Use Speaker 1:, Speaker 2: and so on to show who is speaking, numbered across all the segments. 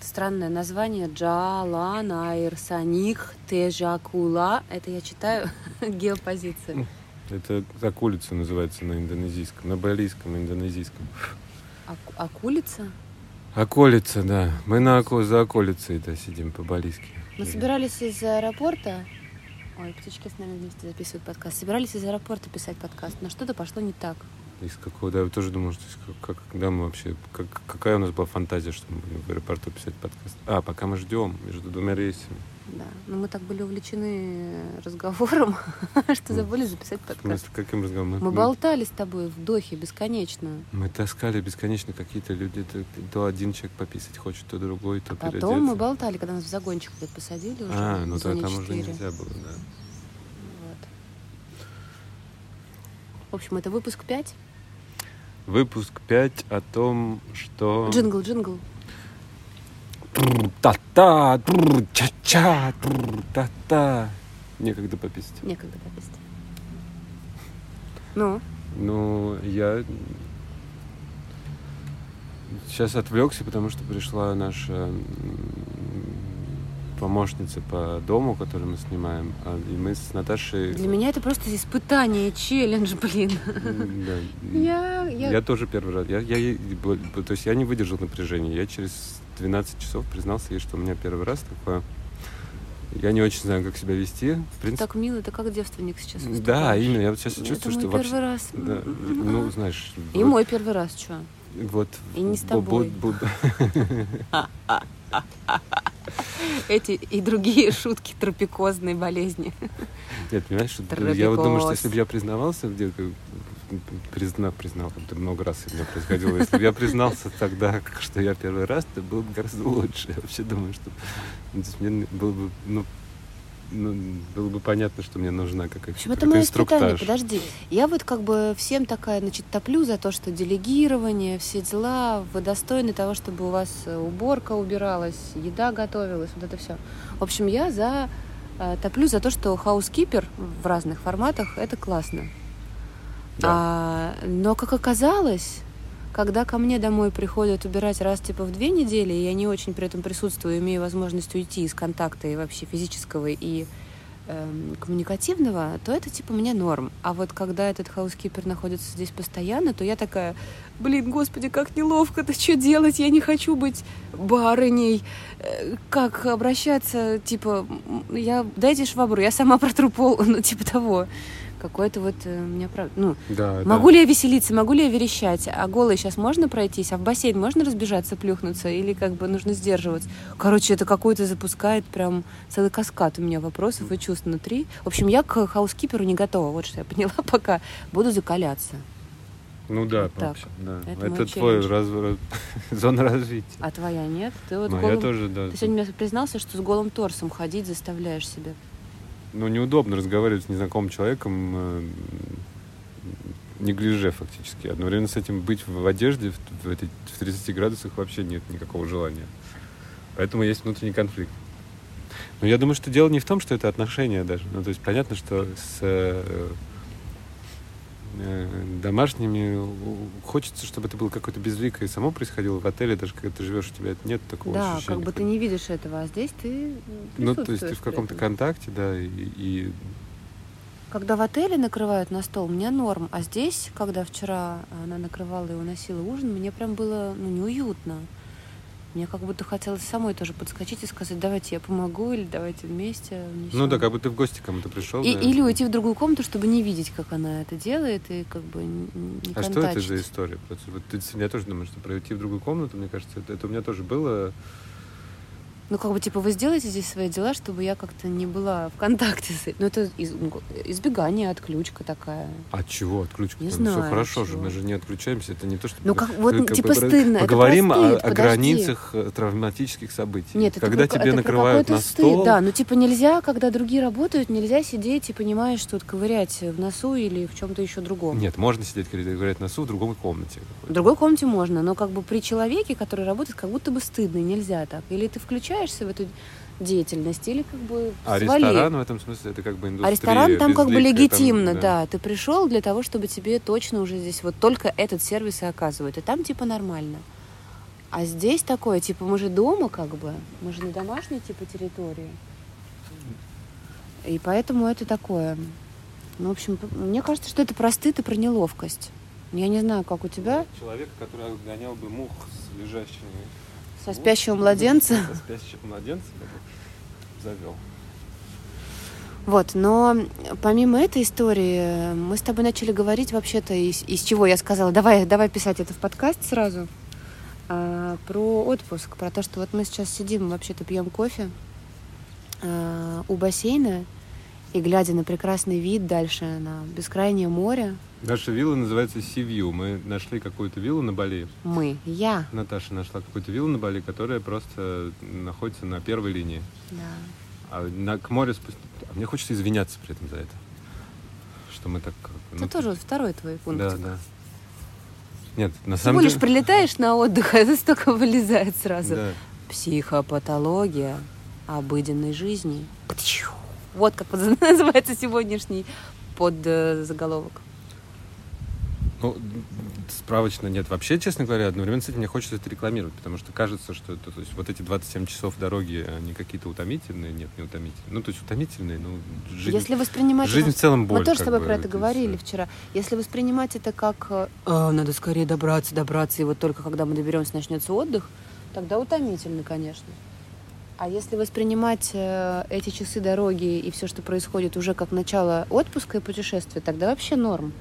Speaker 1: странное название Джалана Ирсаник Тежакула. Это я читаю
Speaker 2: Ну.
Speaker 1: геопозиции.
Speaker 2: Это так улица называется на индонезийском, на балийском, индонезийском.
Speaker 1: Аку- Акулица?
Speaker 2: Околица, да. Мы на око... за околицей да, сидим по-балийски.
Speaker 1: Мы собирались из аэропорта. Ой, птички с нами вместе записывают подкаст. Собирались из аэропорта писать подкаст, но что-то пошло не так.
Speaker 2: Из какого, да, я тоже думал, что из как, как- когда мы вообще, как, какая у нас была фантазия, что мы будем в аэропорту писать подкаст. А, пока мы ждем между двумя рейсами.
Speaker 1: Да. Но мы так были увлечены разговором, что
Speaker 2: Ну,
Speaker 1: забыли записать
Speaker 2: В
Speaker 1: подкаст.
Speaker 2: смысле, ну, каким разговором?
Speaker 1: Мы болтали с тобой в дохе бесконечно.
Speaker 2: мы таскали бесконечно какие-то люди, то, то один человек пописать хочет, то другой, то
Speaker 1: А Потом мы
Speaker 2: переодеться.
Speaker 1: болтали, когда нас в загончик где-то посадили уже.
Speaker 2: А, ну да,
Speaker 1: зоне
Speaker 2: там уже
Speaker 1: 4.
Speaker 2: нельзя было, да.
Speaker 1: Вот. В общем, это выпуск 5.
Speaker 2: Выпуск 5 о том, что...
Speaker 1: Джингл, джингл.
Speaker 2: Тррр, Та-та, тррр, ча-ча, тррр, та-та. Некогда пописать.
Speaker 1: Некогда попасть. Ну,
Speaker 2: Ну, я сейчас отвлекся, потому что пришла наша м, помощница по дому, который мы снимаем, а, и мы с Наташей...
Speaker 1: для меня это просто испытание, челлендж, блин.
Speaker 2: М, да.
Speaker 1: Я,
Speaker 2: Я...
Speaker 1: я...
Speaker 2: тоже первый раз. Я, я ей- б- б- то есть я не выдержал напряжения. Я через 12 часов признался ей, что у меня первый раз такое. Я не очень знаю, как себя вести. В принципе,
Speaker 1: Так мило, ты как девственник сейчас
Speaker 2: да,
Speaker 1: выступаешь.
Speaker 2: именно. Я вот сейчас
Speaker 1: это
Speaker 2: чувствую,
Speaker 1: мой
Speaker 2: что
Speaker 1: первый
Speaker 2: вообще...
Speaker 1: раз.
Speaker 2: Да, ну, знаешь...
Speaker 1: И
Speaker 2: вот-
Speaker 1: мой первый раз, что?
Speaker 2: Вот.
Speaker 1: И не с
Speaker 2: бу- бу-
Speaker 1: тобой.
Speaker 2: бу-
Speaker 1: Эти и другие шутки тропикозной болезни.
Speaker 2: Нет, понимаешь, что я вот думаю, что если
Speaker 1: Тропикос.
Speaker 2: бы я признавался, где признал, признал, это много раз у меня происходило. Если бы я признался тогда, как- что я первый раз, то было бы гораздо лучше. Я вообще думаю, что ну, то есть мне было бы, ну, ну, было бы понятно, что мне нужна какая-то
Speaker 1: Почему это
Speaker 2: какой-то
Speaker 1: мое испытание?
Speaker 2: инструктаж.
Speaker 1: Подожди. Я вот как бы всем такая, значит, топлю за то, что делегирование, все дела, вы достойны того, чтобы у вас э, уборка убиралась, еда готовилась, вот это все. В общем, я за э, топлю за то, что хаускипер в разных форматах это классно.
Speaker 2: Да.
Speaker 1: А, но как оказалось, когда ко мне домой приходят убирать раз типа в две недели, и я не очень при этом присутствую, имею возможность уйти из контакта и вообще физического и эм, коммуникативного, то это типа мне норм. А вот когда этот хаускипер находится здесь постоянно, то я такая, блин, господи, как неловко-то, что делать? Я не хочу быть барыней. Э, Как обращаться? Типа, м, я дайте швабру, я сама протру пол, ну типа того. Какое-то вот э, у меня правда... Ну,
Speaker 2: Да,
Speaker 1: Могу ли я веселиться, могу ли я верещать? А голой сейчас можно пройтись? А в бассейн можно разбежаться, плюхнуться? Или как бы нужно сдерживаться? Короче, это какой-то запускает прям целый каскад у меня вопросов и чувств внутри. В общем, я к хаускиперу не готова. Вот что я поняла пока. Буду закаляться.
Speaker 2: Ну да,
Speaker 1: Вот так.
Speaker 2: вообще, да.
Speaker 1: Это
Speaker 2: Это,
Speaker 1: мой
Speaker 2: твой
Speaker 1: челлендж.
Speaker 2: разворот- зона развития.
Speaker 1: А твоя нет? Ты вот
Speaker 2: Моя
Speaker 1: голым-
Speaker 2: Ну, тоже, да.
Speaker 1: Ты сегодня мне признался, что с голым торсом ходить заставляешь себя.
Speaker 2: Ну, неудобно разговаривать с незнакомым человеком, э, неглиже фактически. Одновременно с этим быть в в одежде в, в этой, в 30 градусах вообще нет никакого желания. Поэтому есть внутренний конфликт. Но я думаю, что дело не в том, что это отношения даже. Ну, то есть понятно, что с э, э, домашними у- хочется, чтобы это было какое-то безликое и само происходило в отеле, даже когда ты живешь, у тебя нет такого
Speaker 1: да,
Speaker 2: ощущения.
Speaker 1: как бы ты не видишь этого, а здесь ты м,
Speaker 2: Ну, то есть ты
Speaker 1: присутствуешь
Speaker 2: в
Speaker 1: при
Speaker 2: каком-то
Speaker 1: этом.
Speaker 2: контакте, да, и- и
Speaker 1: Когда в отеле накрывают на стол, мне норм. А здесь, когда вчера э, она накрывала и уносила ужин, мне прям было ну, неуютно. Мне как будто хотелось самой тоже подскочить и сказать, давайте я помогу, или давайте вместе
Speaker 2: Ну
Speaker 1: внесем».
Speaker 2: да, как бы ты в гости кому-то пришел.
Speaker 1: И-
Speaker 2: да.
Speaker 1: Или уйти в другую комнату, чтобы не видеть, как она это делает, и как бы н- не
Speaker 2: А что это
Speaker 1: контачить.
Speaker 2: за история? Вот, вот ты- я тоже думаю, что пройти в другую комнату, мне кажется, это, это у меня тоже было.
Speaker 1: Ну, как бы, типа, вы сделаете здесь свои дела, чтобы я как-то не была в контакте с этим. Ну, это из- избегание, отключка такая.
Speaker 2: А чего отключка?
Speaker 1: Не
Speaker 2: все
Speaker 1: знаю,
Speaker 2: хорошо же,
Speaker 1: чего.
Speaker 2: мы же не отключаемся, это не то, что...
Speaker 1: Ну, как- вот, типа,
Speaker 2: про-
Speaker 1: стыдно, это
Speaker 2: Поговорим
Speaker 1: про
Speaker 2: о-
Speaker 1: стыд,
Speaker 2: о,
Speaker 1: подожди.
Speaker 2: границах э, травматических событий.
Speaker 1: Нет, это
Speaker 2: Когда
Speaker 1: про-
Speaker 2: тебе
Speaker 1: это про
Speaker 2: накрывают
Speaker 1: какой-то
Speaker 2: на
Speaker 1: стыд,
Speaker 2: стол,
Speaker 1: Да, ну типа нельзя, когда другие работают, нельзя сидеть и понимаешь, что вот ковырять в носу или в чем-то еще другом.
Speaker 2: Нет, можно сидеть, когда говорят носу в другой комнате.
Speaker 1: В другой комнате можно, но как бы при человеке, который работает, как будто бы стыдно, и нельзя так. Или ты включаешься в эту деятельность, или как бы
Speaker 2: А
Speaker 1: свали.
Speaker 2: ресторан в этом смысле это как бы индустрия.
Speaker 1: а ресторан там как бы
Speaker 2: безликая, там,
Speaker 1: легитимно, да. Ты пришел для того, чтобы тебе точно уже здесь вот только этот сервис и оказывают. И там типа нормально. А здесь такое, типа, мы же дома как бы, мы же на домашней типа территории. И поэтому это такое. Ну, в общем, п- мне кажется, что это про стыд и про неловкость. Я не знаю, как у тебя,
Speaker 2: Человека, который отгонял бы мух с лежащими...
Speaker 1: со спящего младенца.
Speaker 2: Со спящего младенца я бы завел.
Speaker 1: Вот, но помимо этой истории, э, мы с тобой начали говорить вообще-то, из, из чего я сказала, давай, давай писать это в подкаст сразу, а, про отпуск, про то, что вот мы сейчас сидим, вообще-то пьем кофе а, у бассейна, и глядя на прекрасный вид дальше, на бескрайнее море,
Speaker 2: Наша вилла называется Sea View. Мы нашли какую-то виллу на Бали.
Speaker 1: мы, я,
Speaker 2: Наташа нашла какую-то виллу на Бали, которая просто находится на первой линии.
Speaker 1: да,
Speaker 2: А на, к морю спустя... А мне хочется извиняться при этом за это. Что мы так... как бы,
Speaker 1: это
Speaker 2: ну,
Speaker 1: тоже вот второй твой пункт.
Speaker 2: Да, да. Нет, на
Speaker 1: Всего
Speaker 2: самом
Speaker 1: лишь
Speaker 2: деле...
Speaker 1: прилетаешь на отдых, а это столько вылезает сразу.
Speaker 2: Да.
Speaker 1: Психопатология обыденной жизни. Птичу. Вот как под- называется сегодняшний подзаголовок.
Speaker 2: Ну, справочно нет. Вообще, честно говоря, одновременно с этим мне хочется это рекламировать, потому что кажется, что это, то есть, вот эти 27 часов дороги, они какие-то утомительные. Нет, не утомительные. Ну, то есть утомительные, ну, жизнь...
Speaker 1: Если воспринимать
Speaker 2: Жизнь в
Speaker 1: это...
Speaker 2: целом боль.
Speaker 1: Мы тоже с
Speaker 2: как
Speaker 1: тобой
Speaker 2: бы,
Speaker 1: про это
Speaker 2: то есть,
Speaker 1: говорили
Speaker 2: э,
Speaker 1: вчера. Если воспринимать это как э, «А, надо скорее добраться, добраться, и вот только когда мы доберемся, начнется отдых, тогда утомительно, конечно. А если воспринимать э, эти часы дороги и все, что происходит, уже как начало отпуска и путешествия, тогда вообще норм.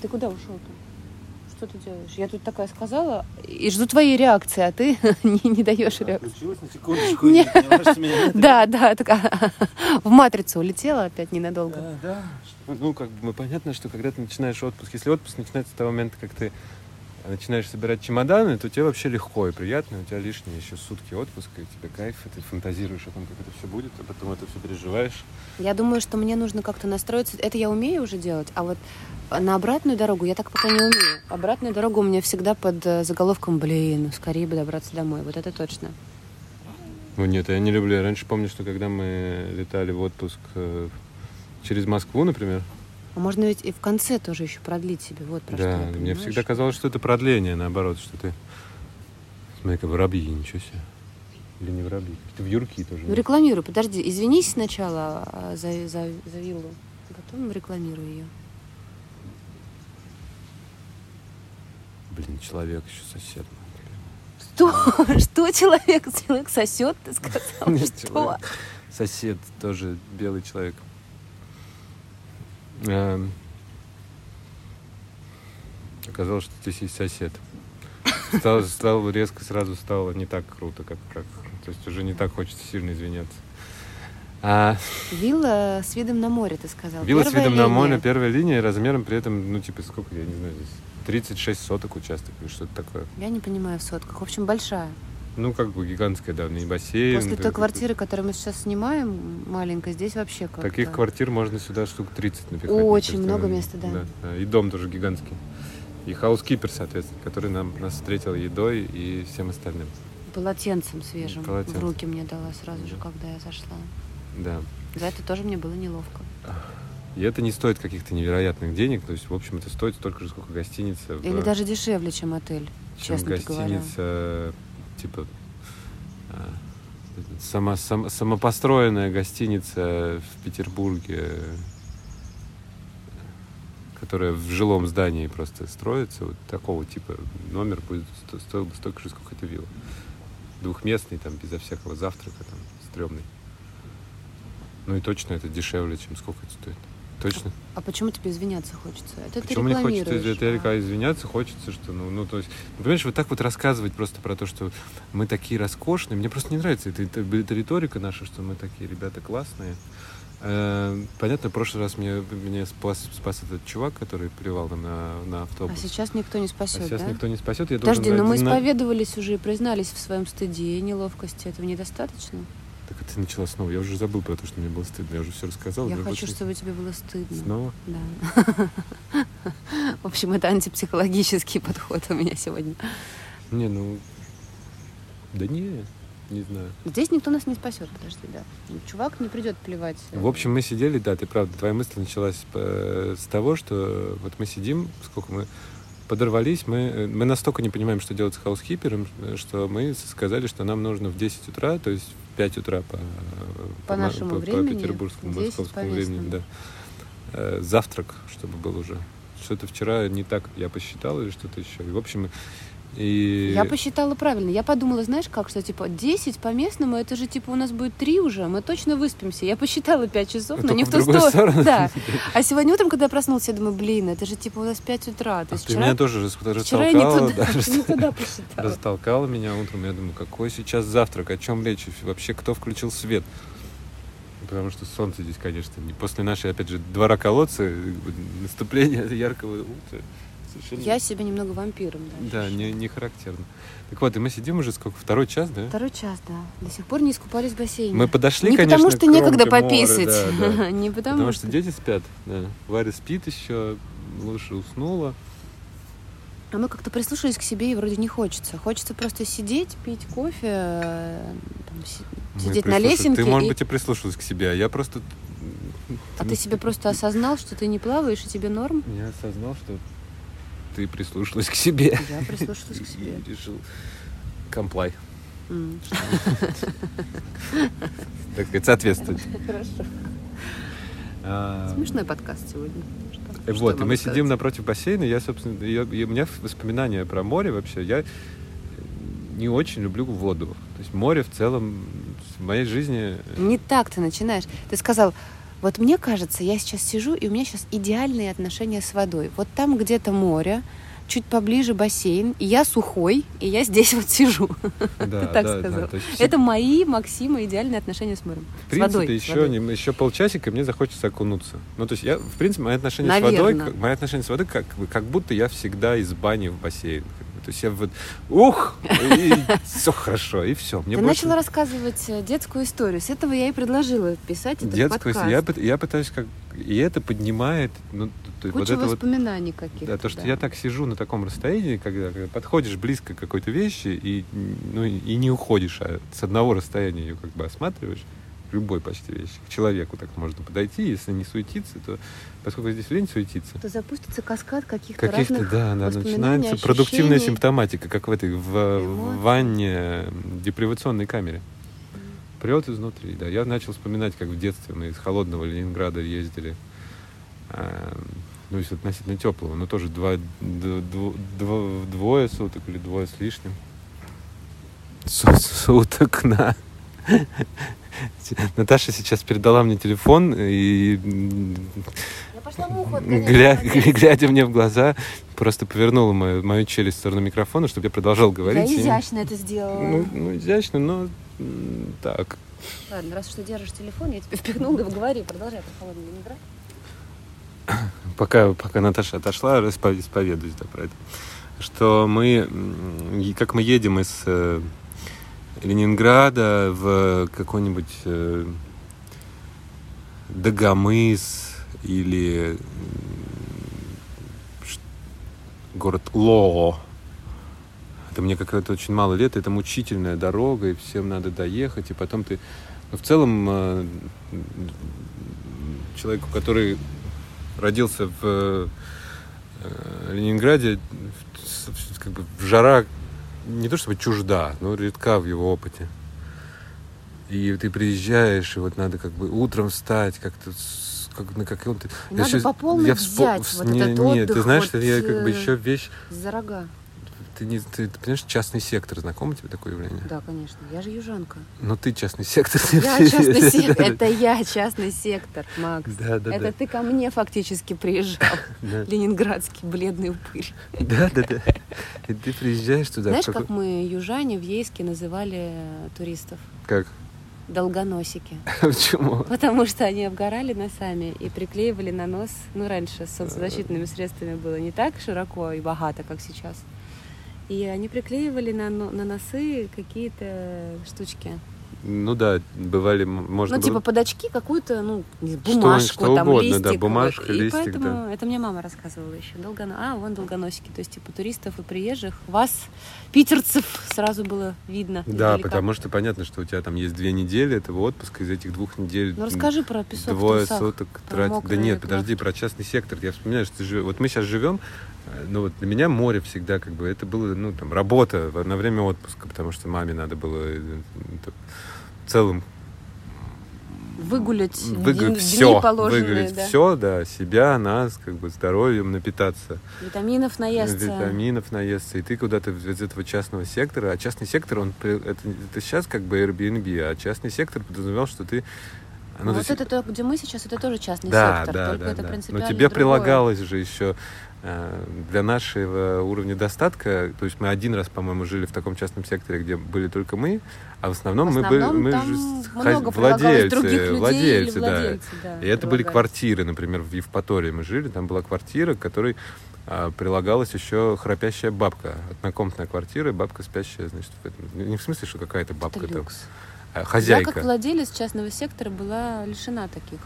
Speaker 1: Ты куда ушел-то? Что ты делаешь? Я тут такая сказала и жду твоей реакции, а ты не, не даешь реакции.
Speaker 2: Отключилась на секундочку,
Speaker 1: Не.
Speaker 2: и поняла, что меня А, это-
Speaker 1: Да, да, такая в матрицу улетела опять ненадолго.
Speaker 2: Э, Да. Ну, как бы понятно, что когда ты начинаешь отпуск, если отпуск начинается с того момента, как ты начинаешь собирать чемоданы, то тебе вообще легко и приятно, у тебя лишние еще сутки отпуска, и тебе кайф, и ты фантазируешь о том, как это все будет, а потом это все переживаешь.
Speaker 1: Я думаю, что мне нужно как-то настроиться. Это я умею уже делать, а вот на обратную дорогу я так пока не умею. Обратная дорога у меня всегда под э, заголовком «Блин, скорее бы добраться домой». Вот это точно.
Speaker 2: Ну нет, я не люблю. Я раньше помню, что когда мы летали в отпуск э, через Москву, например,
Speaker 1: А можно ведь и в конце тоже еще продлить себе. Вот про А что
Speaker 2: да,
Speaker 1: я,
Speaker 2: мне
Speaker 1: понимаешь?
Speaker 2: всегда казалось, что это продление, наоборот, что ты... Смотри, как воробьи, ничего себе. Или не воробьи, какие-то вьюрки тоже.
Speaker 1: Ну, рекламируй, подожди. Извинись сначала а, за, за, за виллу, потом рекламируй ее.
Speaker 2: Блин, человек еще сосед.
Speaker 1: Что? Что человек? Человек сосет, ты сказал?
Speaker 2: Нет,
Speaker 1: Что?
Speaker 2: человек. Сосед тоже белый человек. Эм, Оказалось, что здесь есть сосед. Стало, стало резко сразу стало не так круто, как, как. То есть уже не так хочется сильно извиняться. А,
Speaker 1: Вилла с видом на море, ты сказал.
Speaker 2: вилла с
Speaker 1: Первая
Speaker 2: видом на
Speaker 1: линия.
Speaker 2: море, первая линия, размером при этом, ну, типа, сколько, я не знаю, здесь 36 соток участок или что-то такое.
Speaker 1: Я не понимаю в сотках. В общем, большая.
Speaker 2: Ну, как бы гигантская, да, и бассейн.
Speaker 1: После
Speaker 2: да,
Speaker 1: той
Speaker 2: да,
Speaker 1: квартиры, которую мы сейчас снимаем, маленькая, здесь вообще как
Speaker 2: Таких квартир можно сюда штук 30 напихать.
Speaker 1: Очень
Speaker 2: мне кажется,
Speaker 1: много
Speaker 2: наверное.
Speaker 1: места, да.
Speaker 2: э, И дом тоже гигантский. И хаускипер, соответственно, который нам, нас встретил едой и всем остальным.
Speaker 1: Полотенцем свежим
Speaker 2: Полотенцем.
Speaker 1: в руки мне дала сразу же, когда я зашла.
Speaker 2: Да.
Speaker 1: За это тоже мне было неловко.
Speaker 2: И это не стоит каких-то невероятных денег. То есть, в общем, это стоит столько же, сколько гостиница. в-
Speaker 1: Или даже дешевле, чем отель.
Speaker 2: чем
Speaker 1: честно говоря.
Speaker 2: гостиница, типа, а, сама, сам- самопостроенная гостиница в Петербурге, которая в жилом здании просто строится, вот такого типа номер будет сто- стоил бы столько же, сколько это вилла. Двухместный, там, безо всякого завтрака, там, стрёмный. Ну и точно это дешевле, чем сколько это стоит. Точно.
Speaker 1: А почему тебе извиняться хочется? Это
Speaker 2: Почему
Speaker 1: ты
Speaker 2: мне хочется
Speaker 1: рекламируешь.
Speaker 2: из этой река извиняться? Хочется, что, ну, ну, то есть, ну, понимаешь, вот так вот рассказывать просто про то, что мы такие роскошные. Мне просто не нравится эта, эта- эта риторика наша, что мы такие ребята классные. Э, понятно, в прошлый раз мне, меня спас, спас этот чувак, который плевал нам на, на
Speaker 1: А
Speaker 2: автобус.
Speaker 1: сейчас никто не
Speaker 2: А
Speaker 1: спасет,
Speaker 2: сейчас
Speaker 1: да?
Speaker 2: никто не спасет. Я
Speaker 1: Подожди,
Speaker 2: должен
Speaker 1: но мы
Speaker 2: один на-
Speaker 1: исповедовались уже и признались в своем стыде и неловкости. Этого недостаточно?
Speaker 2: Так ты начала снова. Я уже забыл про то, что мне было стыдно. Я уже все рассказал.
Speaker 1: я
Speaker 2: мне
Speaker 1: хочу,
Speaker 2: больше-
Speaker 1: чтобы тебе было стыдно.
Speaker 2: Снова?
Speaker 1: Да. В общем, это антипсихологический подход у меня сегодня.
Speaker 2: Не, ну... Да не, не знаю.
Speaker 1: Здесь никто нас не спасет, подожди, да. Чувак не придет плевать. э,
Speaker 2: В общем, мы сидели, да, ты правда, твоя мысль началась э, с того, что вот мы сидим, сколько мы подорвались. Мы, э, мы настолько не понимаем, что делать с хаускипером, э, что мы сказали, что нам нужно в 10 утра, то есть в 5 утра по, э,
Speaker 1: По
Speaker 2: ма-
Speaker 1: нашему
Speaker 2: по- по
Speaker 1: времени,
Speaker 2: петербургскому,
Speaker 1: 10
Speaker 2: московскому
Speaker 1: по
Speaker 2: времени, да.
Speaker 1: местному.
Speaker 2: Э, Завтрак, чтобы был уже. Что-то вчера не так я посчитал или что-то еще. И, в общем, и...
Speaker 1: Я посчитала правильно. Я подумала, знаешь как, что типа 10 по местному, это же типа у нас будет 3 уже, мы точно выспимся. Я посчитала 5 часов, но
Speaker 2: Только
Speaker 1: не в
Speaker 2: в
Speaker 1: ту
Speaker 2: другую сторону.
Speaker 1: Да. А сегодня утром, когда я проснулся, я думаю, блин, это же типа у нас 5 утра. То
Speaker 2: А
Speaker 1: есть
Speaker 2: ты
Speaker 1: вчера,
Speaker 2: меня тоже рас-
Speaker 1: вчера я не
Speaker 2: растолкала.
Speaker 1: туда,
Speaker 2: да,
Speaker 1: не туда посчитала.
Speaker 2: Растолкала меня утром. Я думаю, какой сейчас завтрак? О чем речь? Вообще, кто включил свет? Потому что солнце здесь, конечно, не после нашей, опять же, двора колодца, э, наступления яркого утра. Совершенно
Speaker 1: Я себя немного вампиром, да.
Speaker 2: да, не, не характерно. Так вот, и мы сидим уже сколько? Второй час, да?
Speaker 1: Второй час, да. До сих пор не искупались в бассейне.
Speaker 2: Мы подошли,
Speaker 1: не
Speaker 2: конечно,
Speaker 1: потому, что
Speaker 2: к
Speaker 1: некогда
Speaker 2: кромке моря,
Speaker 1: пописать.
Speaker 2: да, да.
Speaker 1: Не
Speaker 2: Потому,
Speaker 1: потому,
Speaker 2: что... дети спят, да. Варя спит еще, лучше уснула.
Speaker 1: А мы как-то прислушались к себе, и вроде не хочется. Хочется просто сидеть, пить кофе, э, там, си-
Speaker 2: Мы
Speaker 1: сидеть на
Speaker 2: прислушались.
Speaker 1: лесенке.
Speaker 2: Ты, может
Speaker 1: и-
Speaker 2: быть, и прислушалась к себе, а я просто...
Speaker 1: А ты себе просто осознал, что ты не плаваешь, и тебе норм?
Speaker 2: Я осознал, что ты прислушалась к себе.
Speaker 1: Я прислушалась
Speaker 2: И-
Speaker 1: к себе.
Speaker 2: И решил комплай.
Speaker 1: М.
Speaker 2: Так сказать, соответствует.
Speaker 1: Хорошо.
Speaker 2: А,
Speaker 1: Смешной подкаст сегодня. Что-
Speaker 2: э,
Speaker 1: что
Speaker 2: Вот,
Speaker 1: я
Speaker 2: и
Speaker 1: могу
Speaker 2: мы
Speaker 1: сказать?
Speaker 2: сидим напротив бассейна. Я, собственно, я- и у меня воспоминания про море вообще. Я не очень люблю воду. То есть море в целом в моей жизни... э,
Speaker 1: Не так ты начинаешь. Ты сказал, вот мне кажется, я сейчас сижу, и у меня сейчас идеальные отношения с водой. Вот там где-то море, чуть поближе бассейн, и я сухой, и я здесь вот сижу.
Speaker 2: да,
Speaker 1: Ты так
Speaker 2: да, да.
Speaker 1: сказал.
Speaker 2: То есть все-
Speaker 1: Это мои, Максима, идеальные отношения с морем.
Speaker 2: В
Speaker 1: с
Speaker 2: принципе,
Speaker 1: водой. с
Speaker 2: еще,
Speaker 1: водой.
Speaker 2: не- еще полчасика мне захочется окунуться. Ну, то есть я, в принципе, мои отношения с водой,
Speaker 1: Наверно.
Speaker 2: как- мои отношения с водой, как, бы- как будто я всегда из бани в бассейн. как бы. То есть я вот, ух, и все хорошо, и все. Мне
Speaker 1: Ты
Speaker 2: больше
Speaker 1: начала рассказывать э, детскую историю. С этого я и предложила писать этот
Speaker 2: детскую,
Speaker 1: подкаст.
Speaker 2: я, пыт- я пытаюсь как... И это поднимает, ну, т- т- вот
Speaker 1: Куча
Speaker 2: это вот...
Speaker 1: воспоминаний каких-то.
Speaker 2: Да, то, что
Speaker 1: да.
Speaker 2: я так сижу на таком расстоянии, когда, когда подходишь близко к какой-то вещи и, ну, и не уходишь, а с одного расстояния ее как бы осматриваешь, любой почти вещи. К человеку так можно подойти, если не суетиться, то поскольку здесь время суетиться,
Speaker 1: То запустится каскад каких-то
Speaker 2: каких-то,
Speaker 1: разных...
Speaker 2: да, да,
Speaker 1: воспоминаний,
Speaker 2: начинается продуктивная
Speaker 1: ощущений.
Speaker 2: симптоматика, как в этой, в, в
Speaker 1: Эмоций.
Speaker 2: ванне м, депривационной камере. Прет изнутри, да. Я начал вспоминать, как в детстве мы из холодного Ленинграда ездили, а, ну, если относительно теплого, но тоже два, д- дво- дво- двое суток или двое с лишним. Су- Суток на... Наташа сейчас передала мне телефон и м,
Speaker 1: Я пошла муху отгонять.
Speaker 2: Гля- глядя мне в глаза, просто повернула мою, мою челюсть в сторону микрофона, чтобы я продолжал
Speaker 1: Я
Speaker 2: говорить. и-
Speaker 1: изящно это сделала.
Speaker 2: Ну, ну, изящно, но м, так.
Speaker 1: Ладно, раз что держишь телефон, я тебе впихнула в говори, продолжай про холодный Ленинград.
Speaker 2: Пока, пока Наташа отошла, распо- исповедуюсь да, про это. Что мы, м, и как мы едем из э, Ленинграда в какой-нибудь э, Дагомыс или м, ш- город Лоо. Это мне как то очень мало лет, это мучительная дорога, и всем надо доехать, и потом ты... Ну, в целом, э, человеку, который родился в э, Ленинграде, в- с- в- как бы жара не то чтобы чужда, но редка в его опыте. И ты приезжаешь, и вот надо как бы утром встать, как-то с- как на каком-то...
Speaker 1: Надо по полной взять вот
Speaker 2: не-
Speaker 1: этот
Speaker 2: не, ты
Speaker 1: отдых,
Speaker 2: знаешь,
Speaker 1: вот,
Speaker 2: я как бы
Speaker 1: э,
Speaker 2: еще вещь...
Speaker 1: За рога.
Speaker 2: Ты, не, ты, ты понимаешь, частный сектор, знакомо тебе такое явление?
Speaker 1: Да, конечно. Я же южанка.
Speaker 2: Но ты частный сектор.
Speaker 1: Я частный сектор. Это я частный сектор, Макс.
Speaker 2: Да, да, да.
Speaker 1: Это ты ко мне фактически приезжал.
Speaker 2: Да.
Speaker 1: Ленинградский бледный упырь.
Speaker 2: Да, да, да. И ты приезжаешь туда.
Speaker 1: Знаешь,
Speaker 2: в какой-
Speaker 1: как мы южане в Ейске называли туристов?
Speaker 2: Как?
Speaker 1: Долгоносики.
Speaker 2: Почему?
Speaker 1: Потому что они обгорали носами и приклеивали на нос. Ну, раньше с солнцезащитными средствами было не так широко и богато, как сейчас. И они приклеивали на, но- на носы какие-то штучки
Speaker 2: Ну да, бывали, м- можно
Speaker 1: ну,
Speaker 2: было-
Speaker 1: типа под очки какую-то, ну, не,
Speaker 2: Что-
Speaker 1: бумажку,
Speaker 2: что
Speaker 1: там,
Speaker 2: угодно,
Speaker 1: листик.
Speaker 2: да, бумажка,
Speaker 1: вот. и
Speaker 2: листик,
Speaker 1: поэтому
Speaker 2: да.
Speaker 1: это мне мама рассказывала еще. Долгоно... А, вон долгоносики. То есть, типа, туристов и приезжих, вас, питерцев, сразу было видно.
Speaker 2: Да,
Speaker 1: издалека.
Speaker 2: потому что понятно, что у тебя там есть две недели этого отпуска, из этих двух недель
Speaker 1: Ну,
Speaker 2: м,
Speaker 1: расскажи про песок в
Speaker 2: двое
Speaker 1: трусах.
Speaker 2: суток
Speaker 1: про
Speaker 2: тратить. Да
Speaker 1: мокрые
Speaker 2: нет, подожди,
Speaker 1: плавки.
Speaker 2: про частный сектор. Я вспоминаю, что ты живешь. Вот мы сейчас живем, э, ну вот для меня море всегда как бы это было, ну там работа во- на время отпуска, потому что маме надо было э, это, в целом
Speaker 1: Выгулять, дни-
Speaker 2: выиграть
Speaker 1: дни
Speaker 2: все,
Speaker 1: положенные,
Speaker 2: выиграть
Speaker 1: да.
Speaker 2: все, да, себя, нас, как бы здоровьем напитаться,
Speaker 1: Витаминов наесться.
Speaker 2: витаминов наесться, и ты куда-то из этого частного сектора, а частный сектор, он, при- это, это сейчас как бы Airbnb, а частный сектор подразумевал, что ты...
Speaker 1: Ну,
Speaker 2: ну,
Speaker 1: вот
Speaker 2: то есть-
Speaker 1: это то, где мы сейчас, это тоже частный
Speaker 2: да,
Speaker 1: сектор,
Speaker 2: да,
Speaker 1: только
Speaker 2: да,
Speaker 1: это
Speaker 2: да.
Speaker 1: принципиально
Speaker 2: Но тебе
Speaker 1: другое.
Speaker 2: прилагалось же еще э, для нашего уровня достатка, то есть мы один раз, по-моему, жили в таком частном секторе, где были только мы, а в основном,
Speaker 1: В
Speaker 2: мы
Speaker 1: основном
Speaker 2: были мы
Speaker 1: там
Speaker 2: же с-
Speaker 1: много
Speaker 2: хозя-
Speaker 1: прилагалось
Speaker 2: владельцы,
Speaker 1: других людей или
Speaker 2: владельцы, да.
Speaker 1: владельцы, да,
Speaker 2: И это были
Speaker 1: прилагались.
Speaker 2: квартиры, например, в Евпатории мы жили, там была квартира, к которой а, прилагалась еще храпящая бабка, однокомнатная квартира, и бабка спящая, значит, в этом. не в смысле, что какая-то бабка
Speaker 1: Это
Speaker 2: там,
Speaker 1: люкс.
Speaker 2: а, хозяйка.
Speaker 1: Я как владелец частного сектора была лишена таких,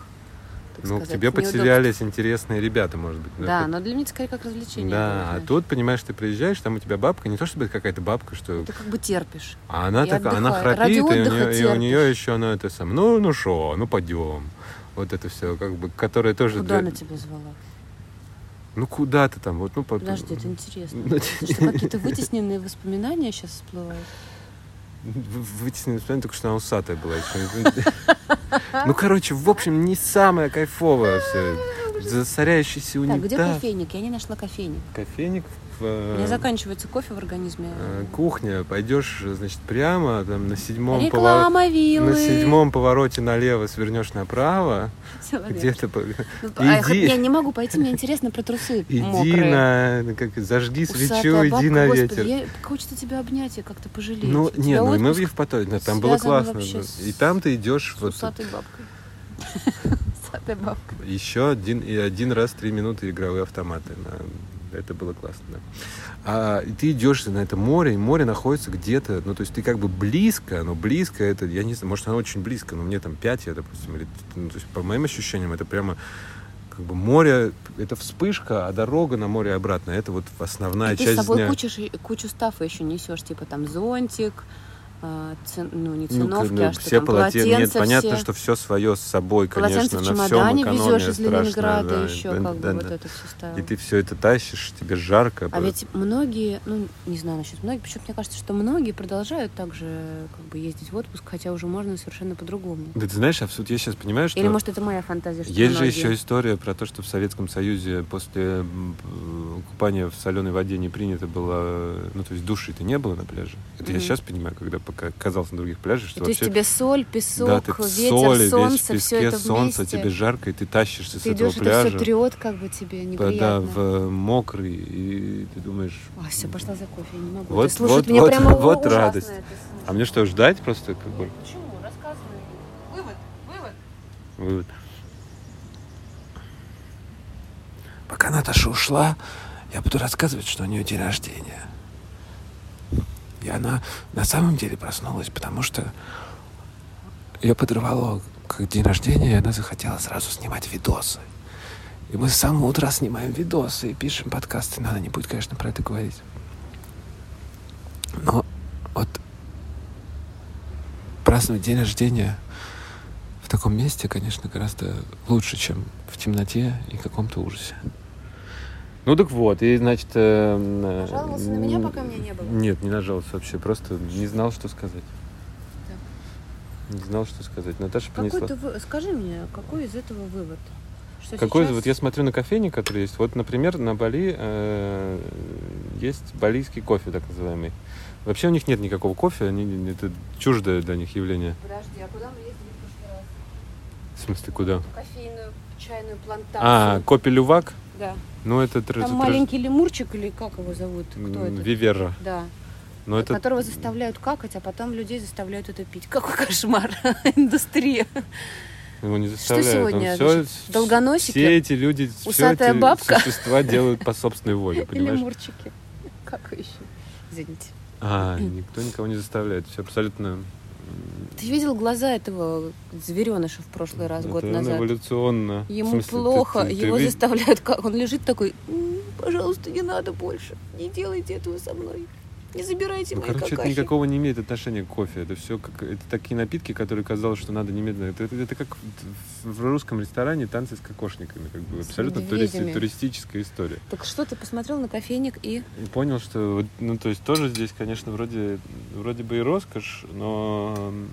Speaker 1: так
Speaker 2: ну, к
Speaker 1: сказать,
Speaker 2: тебе
Speaker 1: неудобств.
Speaker 2: потерялись интересные ребята, может быть.
Speaker 1: Да, но для меня это скорее как развлечение. было,
Speaker 2: Да, а
Speaker 1: знаешь.
Speaker 2: тут, понимаешь, ты приезжаешь, там у тебя бабка, не то чтобы это какая-то бабка, что...
Speaker 1: Ты как бы терпишь.
Speaker 2: А она
Speaker 1: и
Speaker 2: такая, она
Speaker 1: отдыхает.
Speaker 2: храпит,
Speaker 1: Ради
Speaker 2: и у,
Speaker 1: отдыха
Speaker 2: нее, и у
Speaker 1: терпишь.
Speaker 2: нее еще она это сам, ну, ну шо, ну пойдем. Вот это все, как бы, которое тоже...
Speaker 1: Куда
Speaker 2: для-
Speaker 1: она тебя звала?
Speaker 2: Ну, куда ты там, вот, ну, по-
Speaker 1: Подожди, это интересно.
Speaker 2: Ну,
Speaker 1: Это что, какие-то вытесненные воспоминания сейчас всплывают?
Speaker 2: В- Вытянули вспоминание, только что она усатая была еще. Ну, короче, в общем, не самое кайфовое все. Засоряющийся
Speaker 1: Так, где
Speaker 2: унитаз.
Speaker 1: кофейник? Я не нашла кофейник.
Speaker 2: Кофейник в...
Speaker 1: У
Speaker 2: э,
Speaker 1: меня заканчивается кофе в организме.
Speaker 2: э, Кухня, пойдешь, значит, прямо, там, на седьмом повороте.
Speaker 1: Реклама виллы.
Speaker 2: На седьмом повороте налево свернешь направо,
Speaker 1: Человек.
Speaker 2: где-то по-
Speaker 1: Ну, а я
Speaker 2: Иди.
Speaker 1: хоть- Я не могу пойти, мне интересно про трусы
Speaker 2: иди
Speaker 1: мокрые.
Speaker 2: на ну, как зажги
Speaker 1: Усатая
Speaker 2: свечу,
Speaker 1: бабка,
Speaker 2: иди на
Speaker 1: господи,
Speaker 2: ветер.
Speaker 1: я- хочется тебя обнять и как-то пожалеть.
Speaker 2: Ну
Speaker 1: У
Speaker 2: не,
Speaker 1: тебя
Speaker 2: ну и мы в
Speaker 1: отпуск
Speaker 2: Евпатории, да, там было
Speaker 1: связан
Speaker 2: классно.
Speaker 1: вообще
Speaker 2: да.
Speaker 1: с-
Speaker 2: И там ты идешь
Speaker 1: с
Speaker 2: вот
Speaker 1: усатой бабкой. Усатой бабкой.
Speaker 2: еще один и один раз три минуты игровые автоматы. на- Это было классно. да. А и ты идешь на это море, и море находится где-то, ну то есть ты как бы близко, но близко это, я не знаю, может оно очень близко, но мне там 5, я допустим, или, ну, то есть по моим ощущениям это прямо как бы море, это вспышка, а дорога на море и обратно, это вот основная
Speaker 1: И А ты с
Speaker 2: часть
Speaker 1: собой
Speaker 2: дня.
Speaker 1: кучу, ши- кучу стафа еще несешь, типа там зонтик, а, ци- ну не
Speaker 2: Ну,
Speaker 1: циновки,
Speaker 2: ну,
Speaker 1: а что
Speaker 2: все
Speaker 1: там,
Speaker 2: полотен-
Speaker 1: полотенца
Speaker 2: Нет, понятно,
Speaker 1: все.
Speaker 2: что все свое с собой, конечно,
Speaker 1: Полотенца в
Speaker 2: на всем
Speaker 1: чемодане
Speaker 2: экономия
Speaker 1: везешь из
Speaker 2: страшная,
Speaker 1: Ленинграда
Speaker 2: да,
Speaker 1: еще,
Speaker 2: да,
Speaker 1: как бы
Speaker 2: да,
Speaker 1: вот
Speaker 2: да.
Speaker 1: это все ставил.
Speaker 2: И ты все это тащишь, тебе жарко.
Speaker 1: А
Speaker 2: было.
Speaker 1: ведь многие, ну, не знаю насчет многих, почему мне кажется, что многие продолжают также как бы ездить в отпуск, хотя уже можно совершенно по-другому.
Speaker 2: Да ты знаешь, а в суд я сейчас понимаю, что...
Speaker 1: Или, может, это моя фантазия, что
Speaker 2: Есть же
Speaker 1: многие-
Speaker 2: еще история про то, что в Советском Союзе после м, п- купания в соленой воде не принято было, ну то есть души-то не было на пляже. Это я
Speaker 1: Мгм.
Speaker 2: сейчас понимаю, когда пока оказался на других пляжах,
Speaker 1: И
Speaker 2: что
Speaker 1: то есть
Speaker 2: вообще
Speaker 1: тебе соль,
Speaker 2: да,
Speaker 1: песок,
Speaker 2: ты в
Speaker 1: ветер,
Speaker 2: соли, весь в
Speaker 1: солнце, все
Speaker 2: песке,
Speaker 1: это
Speaker 2: солнце,
Speaker 1: вместе.
Speaker 2: тебе жарко, и ты тащишься с
Speaker 1: ты
Speaker 2: этого
Speaker 1: идешь, это
Speaker 2: пляжа.
Speaker 1: все трет, как бы тебе
Speaker 2: да,
Speaker 1: неприятно.
Speaker 2: да, в э, мокрый, и ты думаешь.
Speaker 1: А, все, пошла за кофе, я не могу.
Speaker 2: Вот-
Speaker 1: это слушать,
Speaker 2: вот-
Speaker 1: мне
Speaker 2: вот-
Speaker 1: прямо
Speaker 2: вот
Speaker 1: ужасно
Speaker 2: радость.
Speaker 1: это слушать.
Speaker 2: А мне что, ждать просто как бы
Speaker 1: Почему? Рассказывай. Вывод, вывод.
Speaker 2: вывод? Пока Наташа ушла, я буду рассказывать, что у нее день рождения. И она на самом деле проснулась, потому что ее подорвало как день рождения, и она захотела сразу снимать видосы. И мы с самого утра снимаем видосы и пишем подкасты. Но она не будет, конечно, про это говорить. Но вот праздновать день рождения в таком месте, конечно, гораздо лучше, чем в темноте и каком-то ужасе. Ну так вот, и значит... э,
Speaker 1: Нажаловался на меня, пока меня не было?
Speaker 2: Нет, не нажаловался вообще, просто не знал, что сказать. Не знал, что сказать. Наташа
Speaker 1: Какой
Speaker 2: принесла...
Speaker 1: ты вы- Скажи мне, какой из этого вывод? Что
Speaker 2: Какой
Speaker 1: сейчас-
Speaker 2: вот я смотрю на кофейни, которые есть. Вот, например, на Бали э, есть балийский кофе, так называемый. Вообще у них нет никакого кофе, они- они- это чуждое для них явление.
Speaker 1: Подожди, а куда мы ездили в прошлый раз?
Speaker 2: В смысле, куда?
Speaker 1: В Кофейную, чайную плантацию.
Speaker 2: А, кофе лювак.
Speaker 1: да.
Speaker 2: Ну, это... тр-
Speaker 1: Там
Speaker 2: тр-
Speaker 1: маленький лемурчик или как его зовут? Кто
Speaker 2: м,
Speaker 1: это?
Speaker 2: Виверра.
Speaker 1: Да.
Speaker 2: Но это...
Speaker 1: Которого заставляют какать, а потом людей заставляют это пить. Какой кошмар. Индустрия.
Speaker 2: Его не заставляют.
Speaker 1: сегодня,
Speaker 2: все,
Speaker 1: значит, долгоносики,
Speaker 2: Все эти люди, все
Speaker 1: усатая
Speaker 2: эти
Speaker 1: бабка?
Speaker 2: существа делают по собственной воле,
Speaker 1: Или
Speaker 2: понимаешь?
Speaker 1: мурчики. Как еще? Извините.
Speaker 2: А, никто никого не заставляет. Все абсолютно
Speaker 1: Ты видел глаза этого звереныша в прошлый раз, год
Speaker 2: Это он
Speaker 1: назад?
Speaker 2: эволюционно. ну, В
Speaker 1: Ему
Speaker 2: смысле, ты-
Speaker 1: плохо,
Speaker 2: ты- ты
Speaker 1: его
Speaker 2: ви-
Speaker 1: заставляют, как он лежит такой, «М, пожалуйста, не надо больше, не делайте этого со мной, не забирайте
Speaker 2: Ну,
Speaker 1: мои
Speaker 2: короче, это
Speaker 1: какахи».
Speaker 2: никакого не имеет отношения к кофе. Это все как это такие напитки, которые казалось, что надо немедленно. Это, это, это как в- в русском ресторане танцы с кокошниками, как бы
Speaker 1: С
Speaker 2: абсолютно туристи-
Speaker 1: медведями.
Speaker 2: туристическая история.
Speaker 1: Так что ты посмотрел на кофейник и...
Speaker 2: И понял, что вот, ну то есть тоже здесь, конечно, вроде вроде бы и роскошь, но м,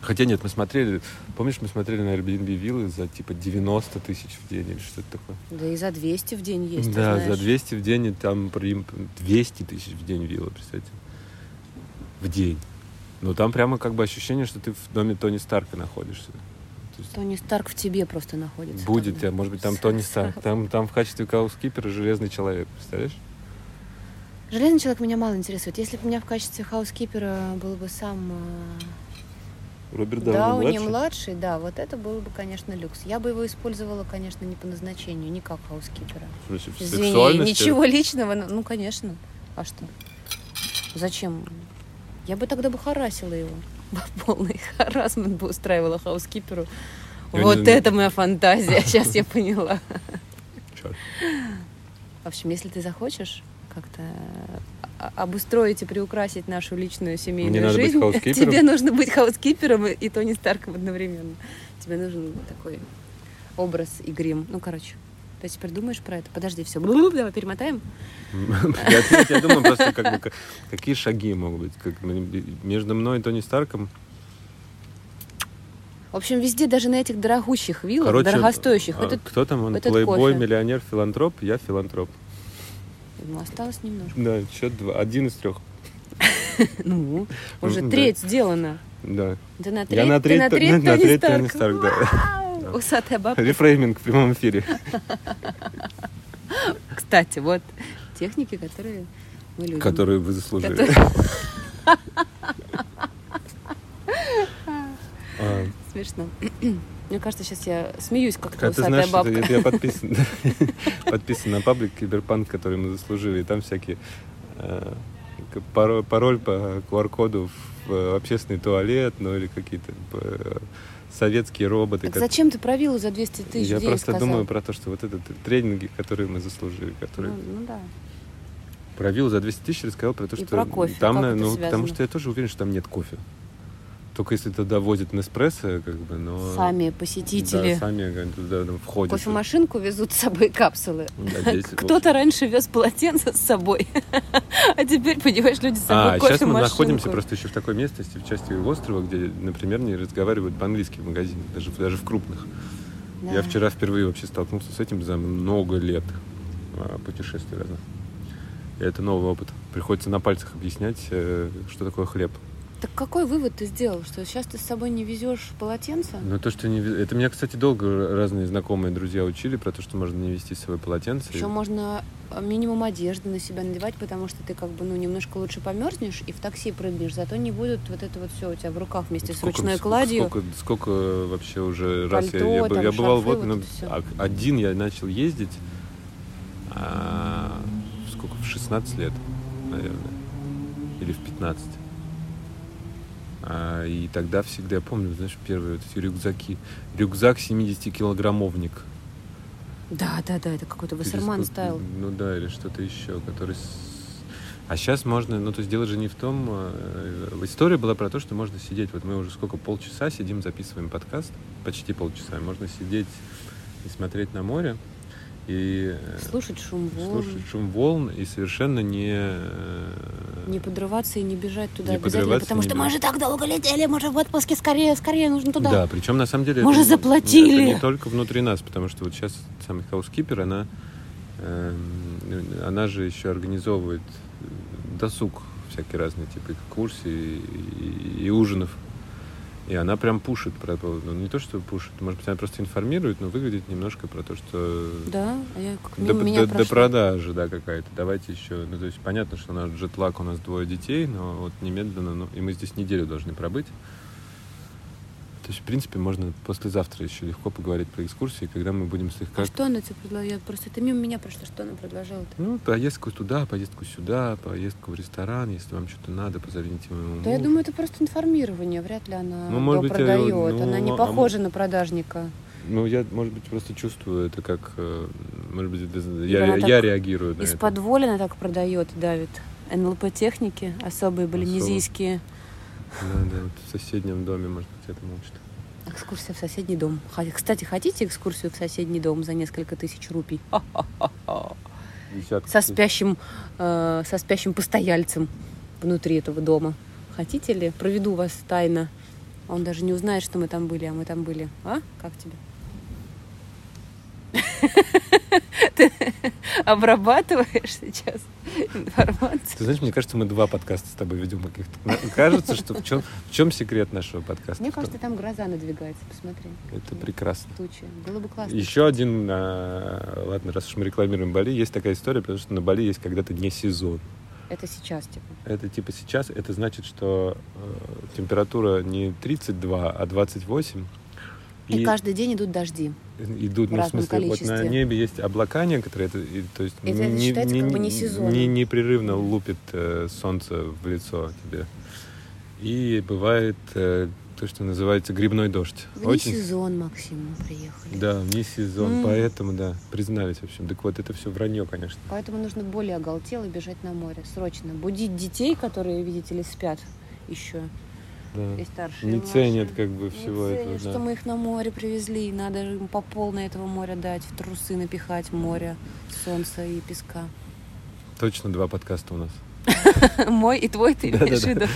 Speaker 2: хотя нет, мы смотрели, помнишь, мы смотрели на Airbnb виллы за типа 90 тысяч в день или что-то такое.
Speaker 1: Да и за 200 в день есть, ты
Speaker 2: да,
Speaker 1: знаешь.
Speaker 2: за 200 в день и там прим 200 тысяч в день вилла, представьте, в день. Ну там прямо как бы ощущение, что ты в доме Тони Старка находишься. То есть
Speaker 1: Тони Старк в тебе просто находится.
Speaker 2: Будет,
Speaker 1: тогда.
Speaker 2: а может быть там Тони Старк, там там в качестве каускипера железный человек, представляешь?
Speaker 1: Железный человек меня мало интересует. Если бы у меня в качестве хаускипера был бы сам э,
Speaker 2: Роберт
Speaker 1: Дауни
Speaker 2: младший.
Speaker 1: младший, да, вот это был бы, конечно, люкс. Я бы его использовала, конечно, не по назначению, не как хаускипера.
Speaker 2: В смысле, в
Speaker 1: Извини,
Speaker 2: сексуальности?
Speaker 1: ничего личного, но- ну, конечно. А что? Зачем? Я бы тогда бы харасила его. Полный харасмент бы устраивала хаускиперу.
Speaker 2: Я не
Speaker 1: вот
Speaker 2: знаю.
Speaker 1: это моя фантазия, сейчас я поняла.
Speaker 2: Чёрт.
Speaker 1: В общем, если ты захочешь как-то о- обустроить и приукрасить нашу личную семейную
Speaker 2: надо быть
Speaker 1: жизнь,
Speaker 2: хаускипером?
Speaker 1: тебе нужно быть хаускипером и, и Тони Старком одновременно. Тебе нужен такой образ и грим. Ну, короче, ты теперь думаешь про это? Подожди, все, давай перемотаем.
Speaker 2: Я ответ- я думаю просто, как бы, к- какие шаги могут быть как бы, между мной и Тони Старком.
Speaker 1: В общем, везде, даже на этих дорогущих виллах,
Speaker 2: Короче,
Speaker 1: дорогостоящих,
Speaker 2: а
Speaker 1: этот...
Speaker 2: кто там? Он
Speaker 1: этот
Speaker 2: плейбой,
Speaker 1: кофе.
Speaker 2: миллионер, филантроп. Я филантроп.
Speaker 1: Ну, осталось немножко.
Speaker 2: Да, счет два. Один из трех.
Speaker 1: Ну, уже
Speaker 2: М, да.
Speaker 1: треть сделана.
Speaker 2: Да.
Speaker 1: Ты на треть,
Speaker 2: Я на
Speaker 1: ты
Speaker 2: треть
Speaker 1: на
Speaker 2: Тон-
Speaker 1: треть,
Speaker 2: на
Speaker 1: Тони
Speaker 2: треть
Speaker 1: Старк.
Speaker 2: Тони Старк, да.
Speaker 1: Вау! Усатая бабка.
Speaker 2: Рефрейминг в прямом эфире.
Speaker 1: Кстати, вот техники, которые мы любим.
Speaker 2: Который вы заслужили. А,
Speaker 1: Смешно. Мне кажется, сейчас я смеюсь, как-то
Speaker 2: Хотя ты
Speaker 1: усатая
Speaker 2: знаешь, что
Speaker 1: бабка.
Speaker 2: это- я подписан подписан на паблик Киберпанк, который мы заслужили, и там всякие э, к- паро- пароль по QR-коду в э, общественный туалет, ну или какие-то э, советские роботы.
Speaker 1: Так
Speaker 2: как-
Speaker 1: зачем ты про виллу за 200 тысяч
Speaker 2: Я
Speaker 1: денег
Speaker 2: просто
Speaker 1: сказал?
Speaker 2: думаю про то, что вот это тренинги, которые мы заслужили, которые
Speaker 1: Ну, ну да.
Speaker 2: провил за 200 тысяч, рассказал про то,
Speaker 1: И
Speaker 2: что
Speaker 1: про кофе,
Speaker 2: там,
Speaker 1: как
Speaker 2: на-
Speaker 1: это
Speaker 2: ну,
Speaker 1: связано?
Speaker 2: потому что я тоже уверен, что там нет кофе. Только если туда возят Неспрессо, как бы, но...
Speaker 1: Сами
Speaker 2: Э, Да,
Speaker 1: посетители.
Speaker 2: сами как, туда ну, входят.
Speaker 1: Кофемашинку везут с собой капсулы.
Speaker 2: Да, здесь, в
Speaker 1: Кто-то раньше вез полотенце с собой, а теперь, понимаешь, люди с собой
Speaker 2: А, сейчас мы
Speaker 1: кофемашинку.
Speaker 2: находимся просто еще в такой местности, в части острова, где, например, не разговаривают по-английски в магазинах, даже, даже в крупных.
Speaker 1: Да.
Speaker 2: Я вчера впервые вообще столкнулся с этим за много лет а, путешествий разных. И это новый опыт. Приходится на пальцах объяснять, э, что такое хлеб.
Speaker 1: Так какой вывод ты сделал, что сейчас ты с собой не везешь полотенце?
Speaker 2: Но то, что не... вез- Это меня, кстати, долго разные знакомые друзья учили про то, что можно не вести с собой полотенце.
Speaker 1: Еще можно э, минимум одежды на себя надевать, потому что ты как бы ну немножко лучше померзнешь и в такси прыгнешь, зато не будет вот это вот все у тебя в руках ввесте
Speaker 2: Вот сколько-
Speaker 1: с ручной
Speaker 2: ск-
Speaker 1: кладью.
Speaker 2: Сколько, сколько вообще уже раз я- я,
Speaker 1: Пальто,
Speaker 2: был-
Speaker 1: там,
Speaker 2: я
Speaker 1: шарфы,
Speaker 2: бывал в
Speaker 1: вот
Speaker 2: Опеном,
Speaker 1: это всё.
Speaker 2: а- один я начал ездить а, в сколько в 16 лет, наверное, или в 15. А, и тогда всегда я помню, знаешь, первые вот эти рюкзаки, рюкзак 70 килограммовник.
Speaker 1: Да, да, да, это какой-то Вассерман
Speaker 2: Или сколько-
Speaker 1: стайл.
Speaker 2: Ну да, или что-то еще, который... с- А сейчас можно, ну то есть дело же не в том, э, история была про то, что можно сидеть, вот мы уже сколько, полчаса сидим, записываем подкаст, почти полчаса, можно сидеть и смотреть на море, и э,
Speaker 1: Слушать шум волн,
Speaker 2: слушать шум волн, и совершенно не... э,
Speaker 1: не подрываться и не бежать туда
Speaker 2: Не
Speaker 1: обязательно,
Speaker 2: подрываться,
Speaker 1: потому
Speaker 2: не
Speaker 1: что мы же
Speaker 2: бежать.
Speaker 1: так долго летели, мы же в отпуске, скорее, скорее нужно туда.
Speaker 2: Да, причем на самом деле...
Speaker 1: Мы
Speaker 2: это
Speaker 1: же
Speaker 2: не-
Speaker 1: заплатили!
Speaker 2: это не только внутри нас, потому что вот сейчас сам хаускипер, она, эм, она же еще организовывает э, досуг всякие разные, типа и курсы и, и- и ужинов. И она прям пушит про то, ну не то, что пушит, может быть, она просто информирует, но выглядит немножко про то, что
Speaker 1: Да, а я как
Speaker 2: до,
Speaker 1: мимо меня
Speaker 2: до- до
Speaker 1: прошло.
Speaker 2: продажи, да, какая-то. Давайте еще. Ну, то есть понятно, что у нас джетлаг, у нас двое детей, но вот немедленно, ну, и мы здесь неделю должны пробыть. То есть, в принципе, можно послезавтра еще легко поговорить про экскурсии, когда мы будем с их
Speaker 1: А что она тебе предложила? Я Просто ты мимо меня прошла, что она предложила-то?
Speaker 2: Ну, поездку туда, поездку сюда, поездку в ресторан, если вам что-то надо, позовите моему
Speaker 1: Да я
Speaker 2: мужу.
Speaker 1: думаю, это просто информирование, вряд ли она
Speaker 2: Ну, может
Speaker 1: его
Speaker 2: быть, э,
Speaker 1: продает.
Speaker 2: ну,
Speaker 1: она не
Speaker 2: а
Speaker 1: похожа на продажника.
Speaker 2: Ну, я, может быть, просто чувствую это как... э, Может быть, это-
Speaker 1: она
Speaker 2: я,
Speaker 1: так
Speaker 2: я реагирую на это.
Speaker 1: Из-под воли она так продает, давит. НЛП-техники, особые балинезийские.
Speaker 2: Да, да, вот в соседнем доме, может быть, это молчит.
Speaker 1: Экскурсия в соседний дом. Ха- Кстати, хотите экскурсию в соседний дом за несколько тысяч рупий? Ха-ха-ха-ха.
Speaker 2: Десятка
Speaker 1: Со
Speaker 2: тысяч.
Speaker 1: спящим, э, со спящим постояльцем внутри этого дома. Хотите ли? Проведу вас тайно. А Он даже не узнает, что мы там были, а мы там были. А? Как тебе? Ты обрабатываешь сейчас информацию?
Speaker 2: Ты знаешь, мне кажется, мы два подкаста с тобой ведем каких-то. Мне Кажется, что в чем, в чем секрет нашего подкаста?
Speaker 1: Мне
Speaker 2: В том-
Speaker 1: кажется, там гроза надвигается, посмотри.
Speaker 2: Это прекрасно.
Speaker 1: Тучи. Было бы классно.
Speaker 2: Еще один, а, ладно, раз уж мы рекламируем Бали, есть такая история, потому что на Бали есть когда-то не сезон.
Speaker 1: Это сейчас, типа.
Speaker 2: Это типа сейчас, это значит, что э, температура не 32, а 28.
Speaker 1: И, каждый день идут дожди.
Speaker 2: идут,
Speaker 1: в
Speaker 2: ну, в
Speaker 1: разном
Speaker 2: смысле, вот
Speaker 1: количестве.
Speaker 2: на небе есть облака некоторые, это, и, то есть
Speaker 1: И это считается как бы не сезоном.
Speaker 2: не- непрерывно лупит э, солнце в лицо тебе. И бывает э, то, что называется грибной дождь.
Speaker 1: Вне сезон, Максим, мы приехали.
Speaker 2: Да, не сезон,
Speaker 1: М.
Speaker 2: поэтому, да, признались, в общем. Так вот, это все вранье, конечно.
Speaker 1: Поэтому нужно более оголтело бежать на море. Срочно. Будить детей, которые, видите ли, спят еще.
Speaker 2: Да.
Speaker 1: И старшие. и
Speaker 2: Не
Speaker 1: младшие.
Speaker 2: ценят как бы
Speaker 1: Не
Speaker 2: всего
Speaker 1: ценят,
Speaker 2: этого. да.
Speaker 1: что мы их на море привезли. Надо же им по полной этого моря дать, в трусы напихать море, солнца и песка.
Speaker 2: Точно два подкаста у нас.
Speaker 1: Мой и твой ты
Speaker 2: Да-да-да.
Speaker 1: имеешь в виду?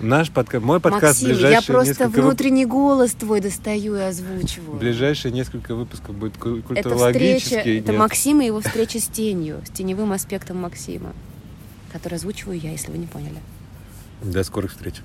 Speaker 2: Наш подкаст, мой подкаст
Speaker 1: Максим,
Speaker 2: ближайшие
Speaker 1: я просто
Speaker 2: несколько вып-
Speaker 1: внутренний голос твой достаю и озвучиваю.
Speaker 2: Ближайшие несколько выпусков будет куль-
Speaker 1: Это встреча,
Speaker 2: культурологический.
Speaker 1: это
Speaker 2: Нет.
Speaker 1: Максим и его встреча с тенью, с теневым аспектом Максима, который озвучиваю я, если вы не поняли.
Speaker 2: До скорых встреч.